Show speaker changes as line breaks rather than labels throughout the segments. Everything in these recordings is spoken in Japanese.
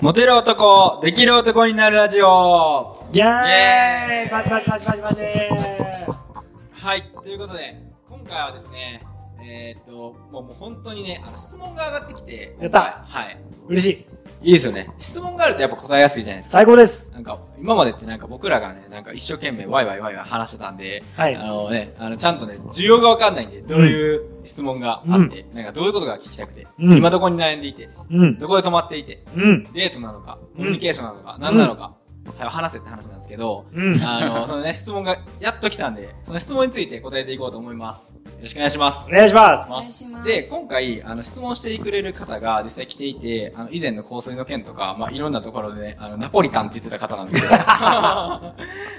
モテる男、できる男になるラジオ
イエーイパチパチパチパチパチ
はい、ということで、今回はですね、えー、っと、もうもう本当にね、あの質問が上がってきて、
やった
はい。
嬉しい
いいですよね。質問があるとやっぱ答えやすいじゃないですか。
最高です
なんか、今までってなんか僕らがね、なんか一生懸命ワイワイワイワイ話してたんで、
はい
あのね、あの、ちゃんとね、需要がわかんないんで、どういう質問があって、なんかどういうことが聞きたくて、
うん
今どこに悩んでいて、
うん
どこで止まっていて、
うん
デートなのか、
うん
コミュニケーションなのか、何なのか、はい話せって話なんですけど、
うん
あの、そのね、質問がやっと来たんで、その質問について答えていこうと思います。よろしくお願いします
お。願いします
願いします
で、今回、あの、質問してくれる方が実際来ていて、あの、以前の香水の件とか、まあ、いろんなところでね、あの、ナポリタンって言ってた方なんですけど、あ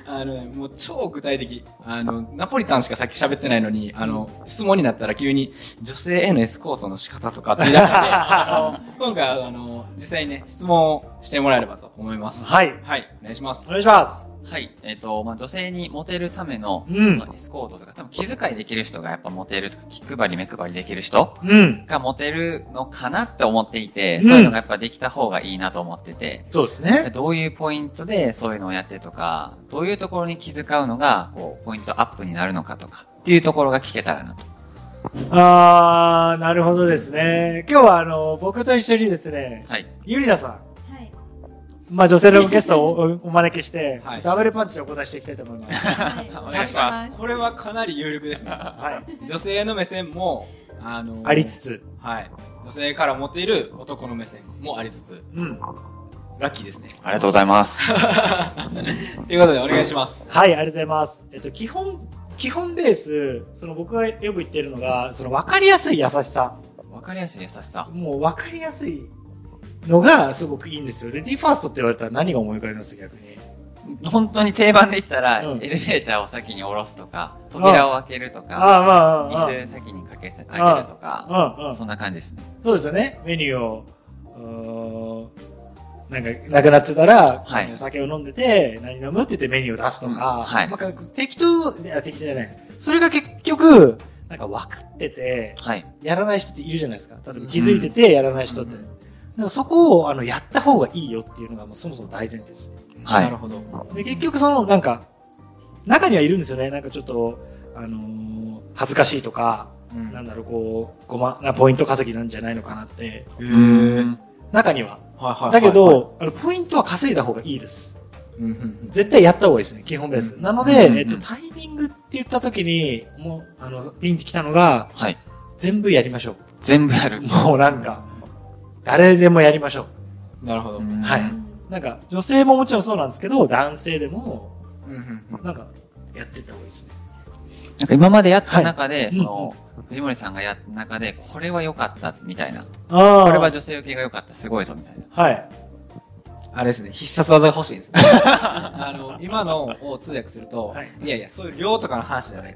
のね、もう超具体的。あの、ナポリタンしかさっき喋ってないのに、あの、質問になったら急に、女性へのエスコートの仕方とかって言い出して、あの、今回は、あの、実際にね、質問をしてもらえればと思います。
はい
はい、お願いします
お。願いします
はい。えっ、と、まあ、女性にモテるための、
うん
まあエスコートとか、多分気遣いできる人がやっぱモテるとか、気配り目配りできる人
うん
がモテるのかなって思っていて、
うん
そういうのがやっぱできた方がいいなと思ってて、
そうですね
どういうポイントでそういうのをやってとか、どういうところに気遣うのが、こう、ポイントアップになるのかとか、っていうところが聞けたらなと。
あーなるほどですね今日はあの僕と一緒にですね
はい。
ゆりなさ
はい。
んまあ女性のゲスト をおお招きして
はい
ダブルパンチでお答えしていきたいと思います
は
お
い
願い
確
し
か
ま、す
これはかなり有力ですね。
はい
女性の目線も、あの
ありつつ
はい。女性から持っている男の目線もありつつ、
うん
ラッキーですね。
ありがとうございます。
ということで、お願いします。
はい、ありがとうございます。えっと、基本、基本ベース、その僕がよく言ってるのが、その分かりやすい優しさ。
わかりやすい優しさ。
もう分かりやすいのがすごくいいんですよ。レディーファーストって言われたら何が思い浮かびます逆に。
本当に定番で言ったら、
うん
エレベーターを先に下ろすとか、扉を開けるとか、
ああ、まあ、まあ
椅子先にかけてあげるとか、
まあ。うん、うん。
そんな感じですね。
そうですよね。メニューを、うーんなんか、なくなってたら、
はい
お酒を飲んでて、何飲むって言ってメニューを出すとか、
うんはい
なんか適当、いや適当じゃない。それが結局、なんか分かってて、
はい。
やらない人っているじゃないですか。例えば気づいててやらない人って。だからそこをあのやった方がいいよっていうのがもうそもそも大前提ですね。
は
なる
い。
ほど。
で結局そのなんか、中にはいるんですよね。なんかちょっと、あのー恥ずかしいとか、
うん
なんだろう、こう、ごま、なポイント稼ぎなんじゃないのかなって。
へ
う
ー
ん
中には。
はいはいはいはい
だけ、ど、あの、ポイントは稼いだ方がいいです。
うんうんうん
絶対やった方がいいですね。基本ベー
う
ス。
ん
なので、
うん
えっと、タイミングって言った時に、もう、あの、ピンってきたのが、
はい。
全部やりましょ
全部やる
う。。 もうなんか、誰でもやりましょう。
なるほど。
うん
はいなんか、女性ももちろんそうなんですけど、男性でも、
うんうんうん
なんか、やってった方がいいですね。
なんか今までやった中で、
い
その、藤森さんがやった中で、これは良かった、みたいな。こ
あ
れは女性受けが良かった、すごいぞ、みたいな。
はい。
あれですね、必殺技が欲しいです ね。あの、今のを通訳すると、、
はい
やいや、そういう量とかの話 じゃない。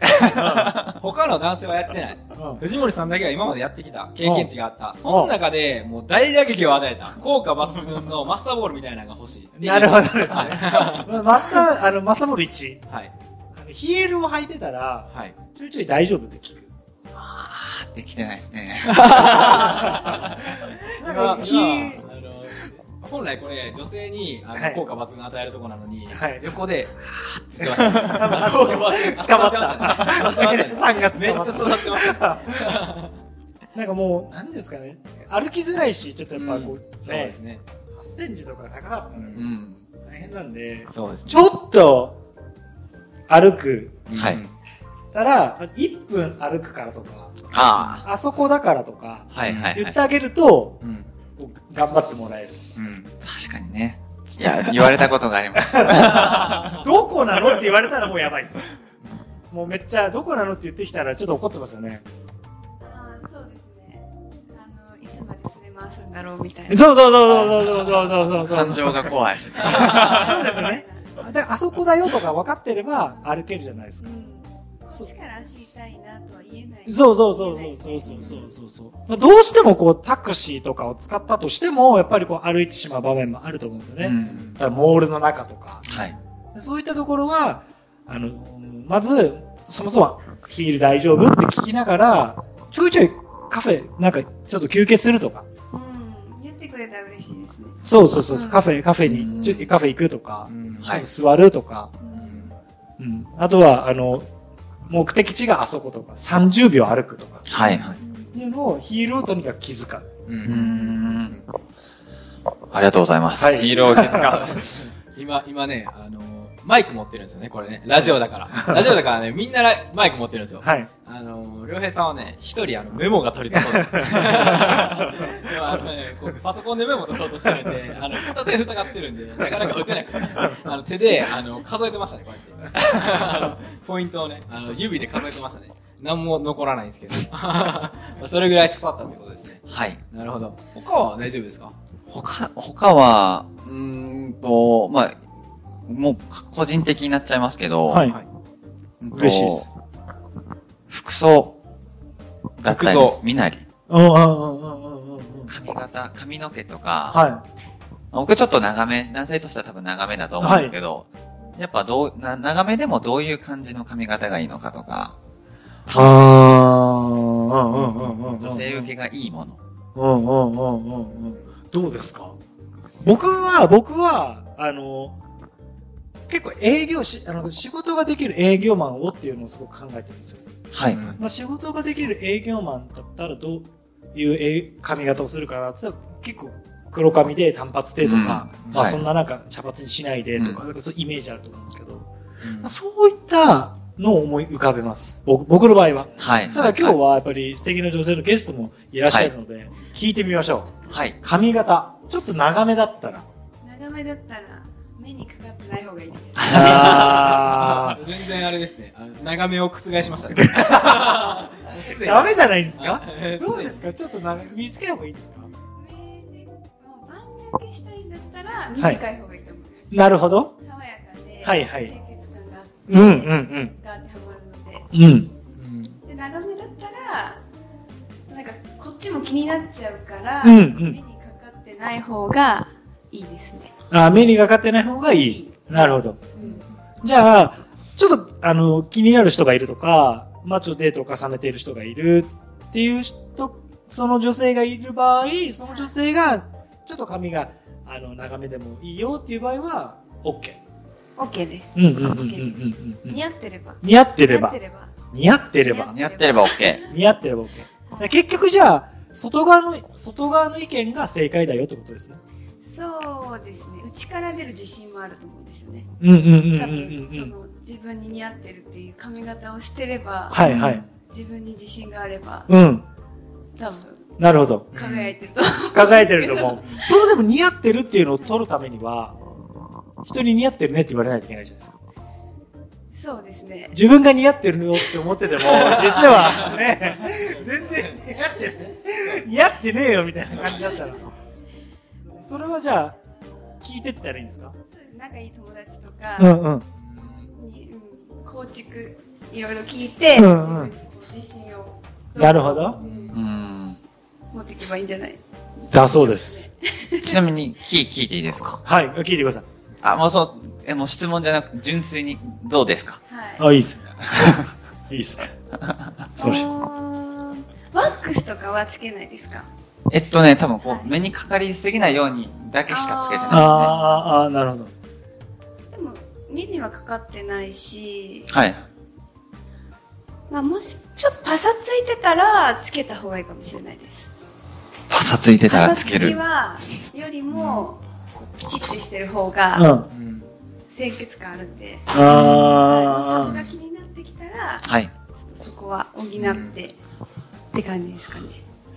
他の男性はやってない。
うん
藤森さんだけは今までやってきた。経験値があった。その中で、もう大打撃を与えた。効果抜群のマスターボールみたいなのが欲しい。
なるほどですね
はい
まあマスター、あの、マスターボール1。
はい。
あのヒールを履いてたら、
はい。
ちょいちょい大丈夫って聞く。
あー、できてないですね。
なんか、ヒール、
あの本来これ、女性にあの、
はい
効果抜群与えるとこなのに、
はい
横 で、はぁって言ってました。効果抜群
捕まっ。
捕まったた
3月
めっちゃ育ってました。
なんかもう、なんですかね。歩きづらいし、ちょっとやっぱこう、
そうで
ね
す、ね。
8センチとか高かった
う
ら
うんん。
大変なんで、
そうですね。
ちょっと、歩く。
はい
うん
たら、1分歩くからとか、
あ
あそこだからとか、
ー。はいはい
言
は
っ
い
て。あげると、
うん。
頑張ってもらえる。
うん。
確かにね。いや、言われたことがあります。
どこなのって言われたらもうやばいっす。もうめっちゃ、どこなのって言ってきたらちょっと怒ってますよね。
あーそうですね。あの、いつまで連れ回すんだろうみたいな。
そうそうそうそうそうそう そうそう。
感情が怖い。
そうですね。で、あそこだよとか分かってれば歩けるじゃないです
う
か。
ん。こっちから足痛いなとは言えない。
そうそうそうそうそうそうそうそう。まあ、どうしてもこうタクシーとかを使ったとしても、やっぱりこう歩いてしまう場面もあると思うんですよね。
うん。
だからモールの中とか。
はい。
そういったところは、あの、まず、そもそもヒール大丈夫って聞きながら、ちょいちょいカフェ、なんかちょっと休憩するとか。
うん。言ってくれたら嬉嬉しいですね。
そうそうそうそう、
うん
カフェ、カフェ
うん
に、ちょカフェ行くとか、
うん
はい
座るとか、
うん
うん。あとは、あの、目的地があそことか、30秒歩くとか、
はいはい。
っていうのをヒールをとにかく気遣う。
う
うんーん。ありがとうございま す。
はい
ヒーローを使う。今、今ね、あのマイク持ってるんですよね、これね。ラジオだ から。ラジオだからね、みんなラマイク持ってるんですよ。
はい。
あのりょうへいさんはね、一人あの、メモが取りそうです。でもあのね、こうパソコンでメモ取ろうとしてるんで、あの、片手塞がってるんで、なかなか打てなくて、あの、手で、あの、数えてましたね、こうやって。 あのポイントをね、あの、指で数えてましたね。何も残らないんですけど。 それぐらい刺さったってことですね。
はい。
なるほど。他は大丈夫ですか
他、他は、うーんと、まあ、もう個人的になっちゃいますけど、
はい。
はい
うんと
嬉しいです。
服装だったり
服装、
身なり、
うんうんうんうんうんうん。
髪型、髪の毛とか、
は
僕ちょっと長め、男性としては多分長めだと思うんですけど、やっぱどうな、長めでもどういう感じの髪型がいいのかとか、
い。ああ、うんうんうんうん。
女性受けがいいもの。
うんうんうんうんうん。どうですか僕は、僕は、あの、結構営業し、あの、仕事ができる営業マンをっていうのをすごく考えてるんですよ。
はい。
うん
まあ、仕事ができる営業マンだったらどういうえ髪型をするかなって言ったら結構黒髪で単発でとか、
うん
まあ
はい
そんななんか茶髪にしないでとか、
う
なんかそういうイメージあると思うんですけど、そういったのを思い浮かべます。僕僕の場合は。
はい。
ただ今日はやっぱり素敵な女性のゲストもいらっしゃるので、聞いてみましょう。
はい。
髪型、ちょっと長めだったら。
長めだったら、目にかかってない方がいいです。
あ
全然あれですね。あの長めを覆しましたね。もうすでに
ダメじゃな いですか
あ
どうですかちょっと長め短い方がいいですか
明治もう万受けしたいんだったら、短い方がいいと思います。
なるほど。
爽やかで、
はいはい
清潔感があって、
うんうん
が当てはまるので。
うん。うん。
うん
で長めだったらなんかこっちも気になっちゃうから、
うんうん
目にかかってない方がいいですね。
あ、目にかかってない方がい
い
い。なるほど。
うん
じゃあ、ちょっと、あの、気になる人がいるとか、まあ、ちょっとデートを重ねている人がいるっていう人、その女性がいる場合、その女性が、ちょっと髪が、あの、長めでもいいよっていう場合は、OK。
OK です。
うんうんうんうんうん
OK です。
うん。
似合ってれば。
似合ってれば
似合。ってれば。
似合ってれば。
やってれば OK。
似合ってれば OK。結局じゃあ、外側の、外側の意見が正解だよってことですね。
そうですね。内から出る自信もあると思うんですよね。
うんうんうん
多分、
うんう
そ
ん。
の自分に似合ってるっていう髪型をしてれば、
はいはい。
自分に自信があれば、
うん。
多分
なるほど。
輝いてると思う。
輝いてると思う。 それでも似合ってるっていうのを取るためには、人に似合ってるねって言われないといけないじゃないですか。
そうですね。
自分が似合ってるよって思ってても、実はね、全然似合ってない似合ってねえよみたいな感じだったら。それはじゃあ、聞いてったらいいんですか
そうです仲いい友達と
う
か
んうん。
に、うん構築、いろいろ聞いて、
うんうん
自分にこう自信を
なるほど。
うーん。
持っていけばいいんじゃない
だそうです。
ちなみに、聞い、聞いていいですか
はい、聞いてください。
あ、もうそう、え、もう質問じゃなく、純粋に、どうですか
はい。
あ、いいっすね。 いいっすね。素晴らしい。
あーワックスとかはつけないですか
えっとね、多分こう、目にかかりすぎないようにだけしかつけてないです
あ
ね。
ーあー、なるほど。
でも、目にはかかってないし、
はい。
まあ、もし、ちょっとパサついてたら、つけた方がいいかもしれないです。
パサついてた
パ
ら
サ
つ
つ
け
き
る。
は、よりも、きちってしてる方
うん。
が、
あ
うん
清潔感あるんで、はい もしそ
あ
こが気になってきたら、ち
はい。
ょっとそこは補って、って感じですかね。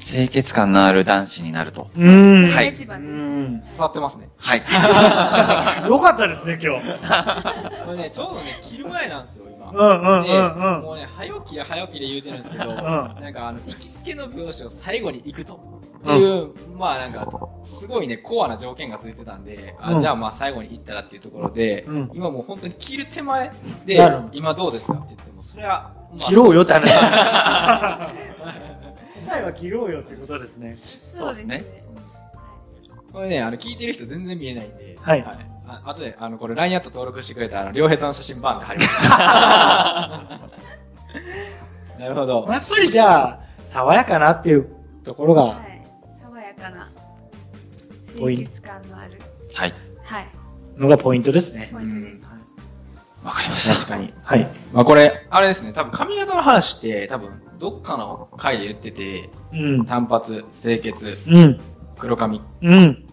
清潔感のある男子になると。
ー。うん。
そ
はい
れが一
う
番です。
ん。
刺さってますね。
はい。
よかったですね、今日。
これね、ちょうどね、切る前なんですよ、今。
うんうん
で
うんうん
もうね、早起きや早起きで言うてるんですけど、なんかあの、行きつけの美容師を最後に行くと。っていう、まあなんか、すごいね、コアな条件がついてたんで、あ
うん
じゃあまあ最後に行ったらっていうところで、
うん
今もう本当に切る手前で
なるほど、
今どうですかって言っても、それは、まあ
切ろうよって話。答えは切ろうよってことですね。
そうですね。
これね、あの、聞いてる人全然見えないんで、
はい
ああとで、あの、これ LINE アット登録してくれた、あの、良平さんの写真バーンって貼ります。 なるほど。
やっぱりじゃあ、爽やかなっていうところが、
はい。爽やかな。
ポイン
清潔感のある。
はい。
はい。
のがポイントですね。
ポイントです。
わかりまし
確か
た。
に。
はい。
まあこれ、あれですね、多分髪型の話って、多分どっかの回で言ってて、
うん。
単発、清潔、
うん。
黒髪、
うん。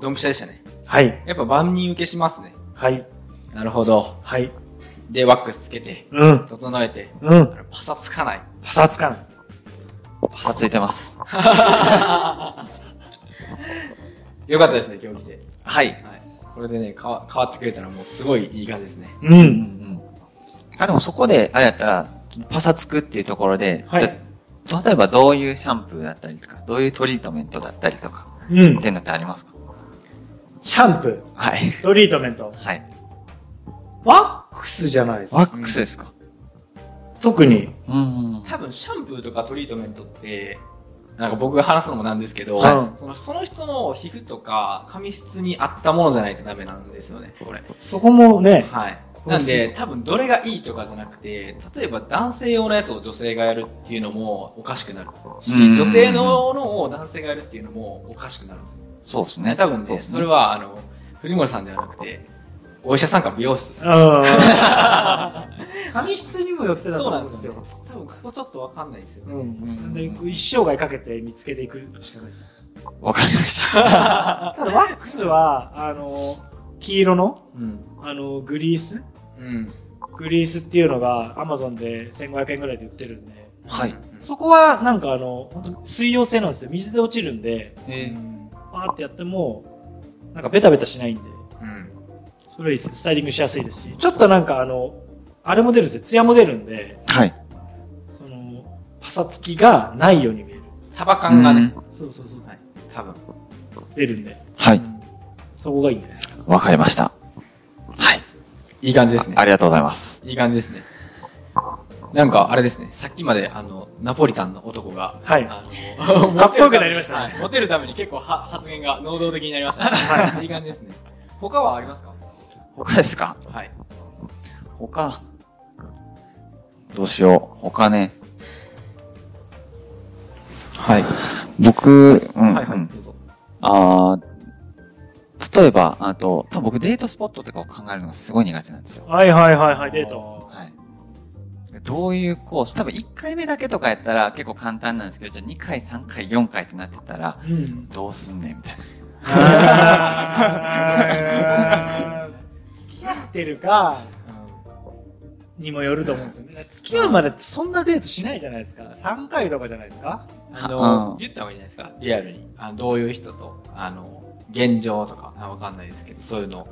ドンピシャでしたね。
はい。
やっぱ万人受けしますね。
はい。
なるほど。
はい。
で、ワックスつけて、
うん。
整えて、
うん。
パサつかない。
パサつかない。
パサついてます。
よかったですね、今日来て。
はい。
はい。これでね、かわ変わってくれたらもうすごいいい感じですね。
う。
うんんあ、でもそこで、あれやったら、パサつくっていうところで、
はい
じゃ例えばどういうシャンプーだったりとか、どういうトリートメントだったりとか、
うん
って。いうのってありますか
シャンプー、
はい。
トリートメント。
はい。
ワックスじゃないです
ワ
か。
ックスですか
特に。
うん。
多分シャンプーとかトリートメントって、なんか僕が話すのもなんですけど、
は
そのその人の皮膚とか髪質に合ったものじゃないとダメなんですよね、これ。
そこもね、
はい。なんで、多分どれがいいとかじゃなくて、例えば男性用のやつを女性がやるっていうのもおかしくなるし
うん、
女性ののを男性がやるっていうのもおかしくなるんですよ
そうです
ね。
ね。
多分
う
ね、
です
それはあの、藤森さんではなくて、お医者さんか美容室です。
うん。 髪質にもよってだと思うんですよ。
多分ここちょっとわかんないですよね。
うん。なんで、一生涯かけて見つけていくしかないです。
わかりました。
ただ、ワックスは、あの、黄色の、
うん。
あの、グリース
うん。
グリースっていうのが、アマゾンで1500円ぐらいで売ってるんで、
はい。
そこはなんかあの、本当に水溶性なんですよ。水で落ちるんで、
え
パーってやっても、なんかベタベタしないんで、
うん。
それはいいですねスタイリングしやすいですし、ちょっとなんかあの、あれも出るんですよ。ツヤも出るんで、
ーはい。
その、パサつきがないように見える。
サバ感がね
う、
そうそうそう。
多分。
出るんで、
はい。
そこがいいんじゃないですか。
わかりました。はい。
いい感じですね
あ。りがとうございます。
いい感じですね。なんか、あれですね、さっきまで、あの、ナポリタンの男が、
はい
あの
かっこよくなりましたね
はいモテるために結構は発言が能動的になりましたね。はい。いい感じですね。他はありますか
他ですか
はい。
他。どうしよう。他ね。
はい。
僕、うん、
はいは
う
い、
ん
どうぞ。
あー例えば、あと、多分僕デートスポットとかを考えるのがすごい苦手なんですよ。
はいはいはいはい、デート。
はい。どういうコース多分1回目だけとかやったら結構簡単なんですけど、じゃあ2回、3回、4回ってなってたら、
うん。
どうすんねんみたいな。
あー付き合ってるか、にもよると思うんですよね。付き合うまでそんなデートしないじゃないですか。3回とかじゃないですか。
あ
うん
の、言った方がいいんじゃないですかリアルに。あのどういう人と、あの、現状とか、あわかんないですけど、そういうの。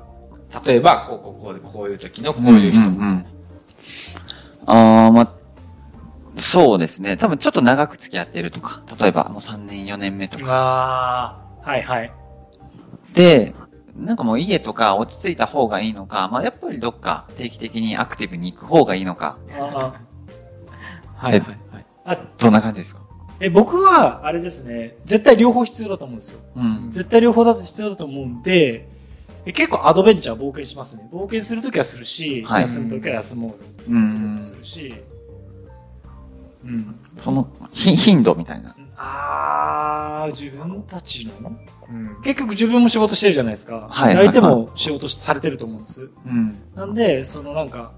例えば、こう、こう、こうで、こういう時の、こういう人。
んうん。あー、まあ、そうですね。多分ちょっと長く付き合ってるとか、例えばもう3年、4年目とか。
ああ、はいはい。
で、なんかもう家とか落ち着いた方がいいのか、まあやっぱりどっか定期的にアクティブに行く方がいいのか、
あ
はいはいはい。
どんな感じですか
え僕は、あれですね、絶対両方必要だと思うんですよ。
うん。
絶対両方だと必要だと思うんで、え結構アドベンチャー冒険しますね。冒険するときはするし、
はい
休むときは休もう
う
よ
ん。
するし、うん。
その、ひ頻度みたいな。
あー、自分たちの
うん。
結局自分も仕事してるじゃないですか。
はい
相手も仕事されてると思うんです。
うん。
なんで、そのなんか、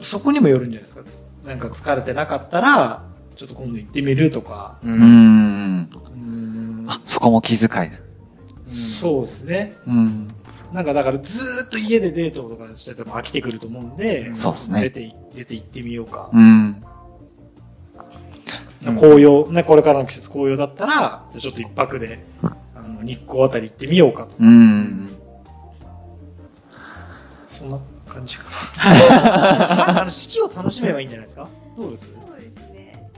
そこにもよるんじゃないですか。なんか疲れてなかったら、ちょっと今度行ってみるとか。
う
う。ん。
うん
あ、そこも気遣いだ。
そうですね。
うん。
なんかだからずーっと家でデートとかしてても飽きてくると思うんで、
そうっすね
出てい、出て行ってみようか。
うん。
うん
紅葉、ね、これからの季節紅葉だったら、じゃあちょっと一泊で、あの、日光あたり行ってみようかと。
うん。
そんな感じか な。あの、四季を楽しめばいいんじゃないですかどうです
そうですね。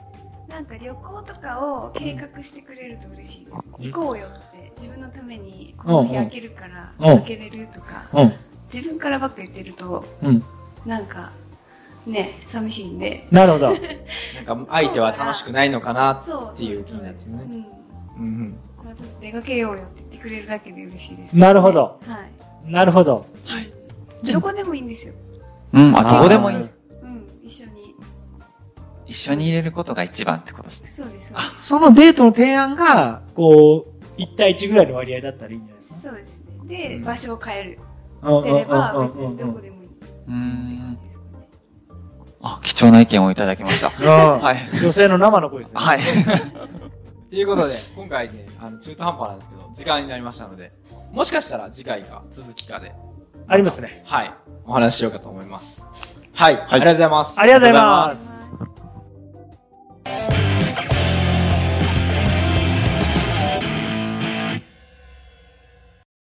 なんか旅行とかを計画してくれると嬉しいです。
うん
行こうよって自分のためにこの日
うんうん
開けるから
うん
開けれるとか、
うん。
自分からばっか言ってると
うん。
なんかね寂しいんで。
なるほど。
なんか相手は楽しくないのかなって
そう。
いう気になってね
そうです
う
うん。
ん
まあちょっと出かけようよって言ってくれるだけで嬉しいです、
なるほど。
はい。
なるほど。じゃあ
どこでもいいんですよ。
うん。あ、どこでもい
あ
い
ー。
うん、一緒に。
一緒に入れることが一番ってことですね。
そうです。
あ
そのデートの提案が、こう、 1対1ぐらいの割合だったらいいんじゃないです
そうですね。で、
うん
場所を変える。
か。
出れば、別にどこでもいいって
う
感
ん
じ。ですかね。
あ、貴重な意見をいただきました。
は
はい
い。女性の生の声ですね。
はい。
ということで、 今回ね、あの、中途半端なんですけど、時間になりましたので、もしかしたら次回か、続きかで、
ありますね。
はい、お話ししようかと思います。はい、ありがとうございます。
ありがとうございます。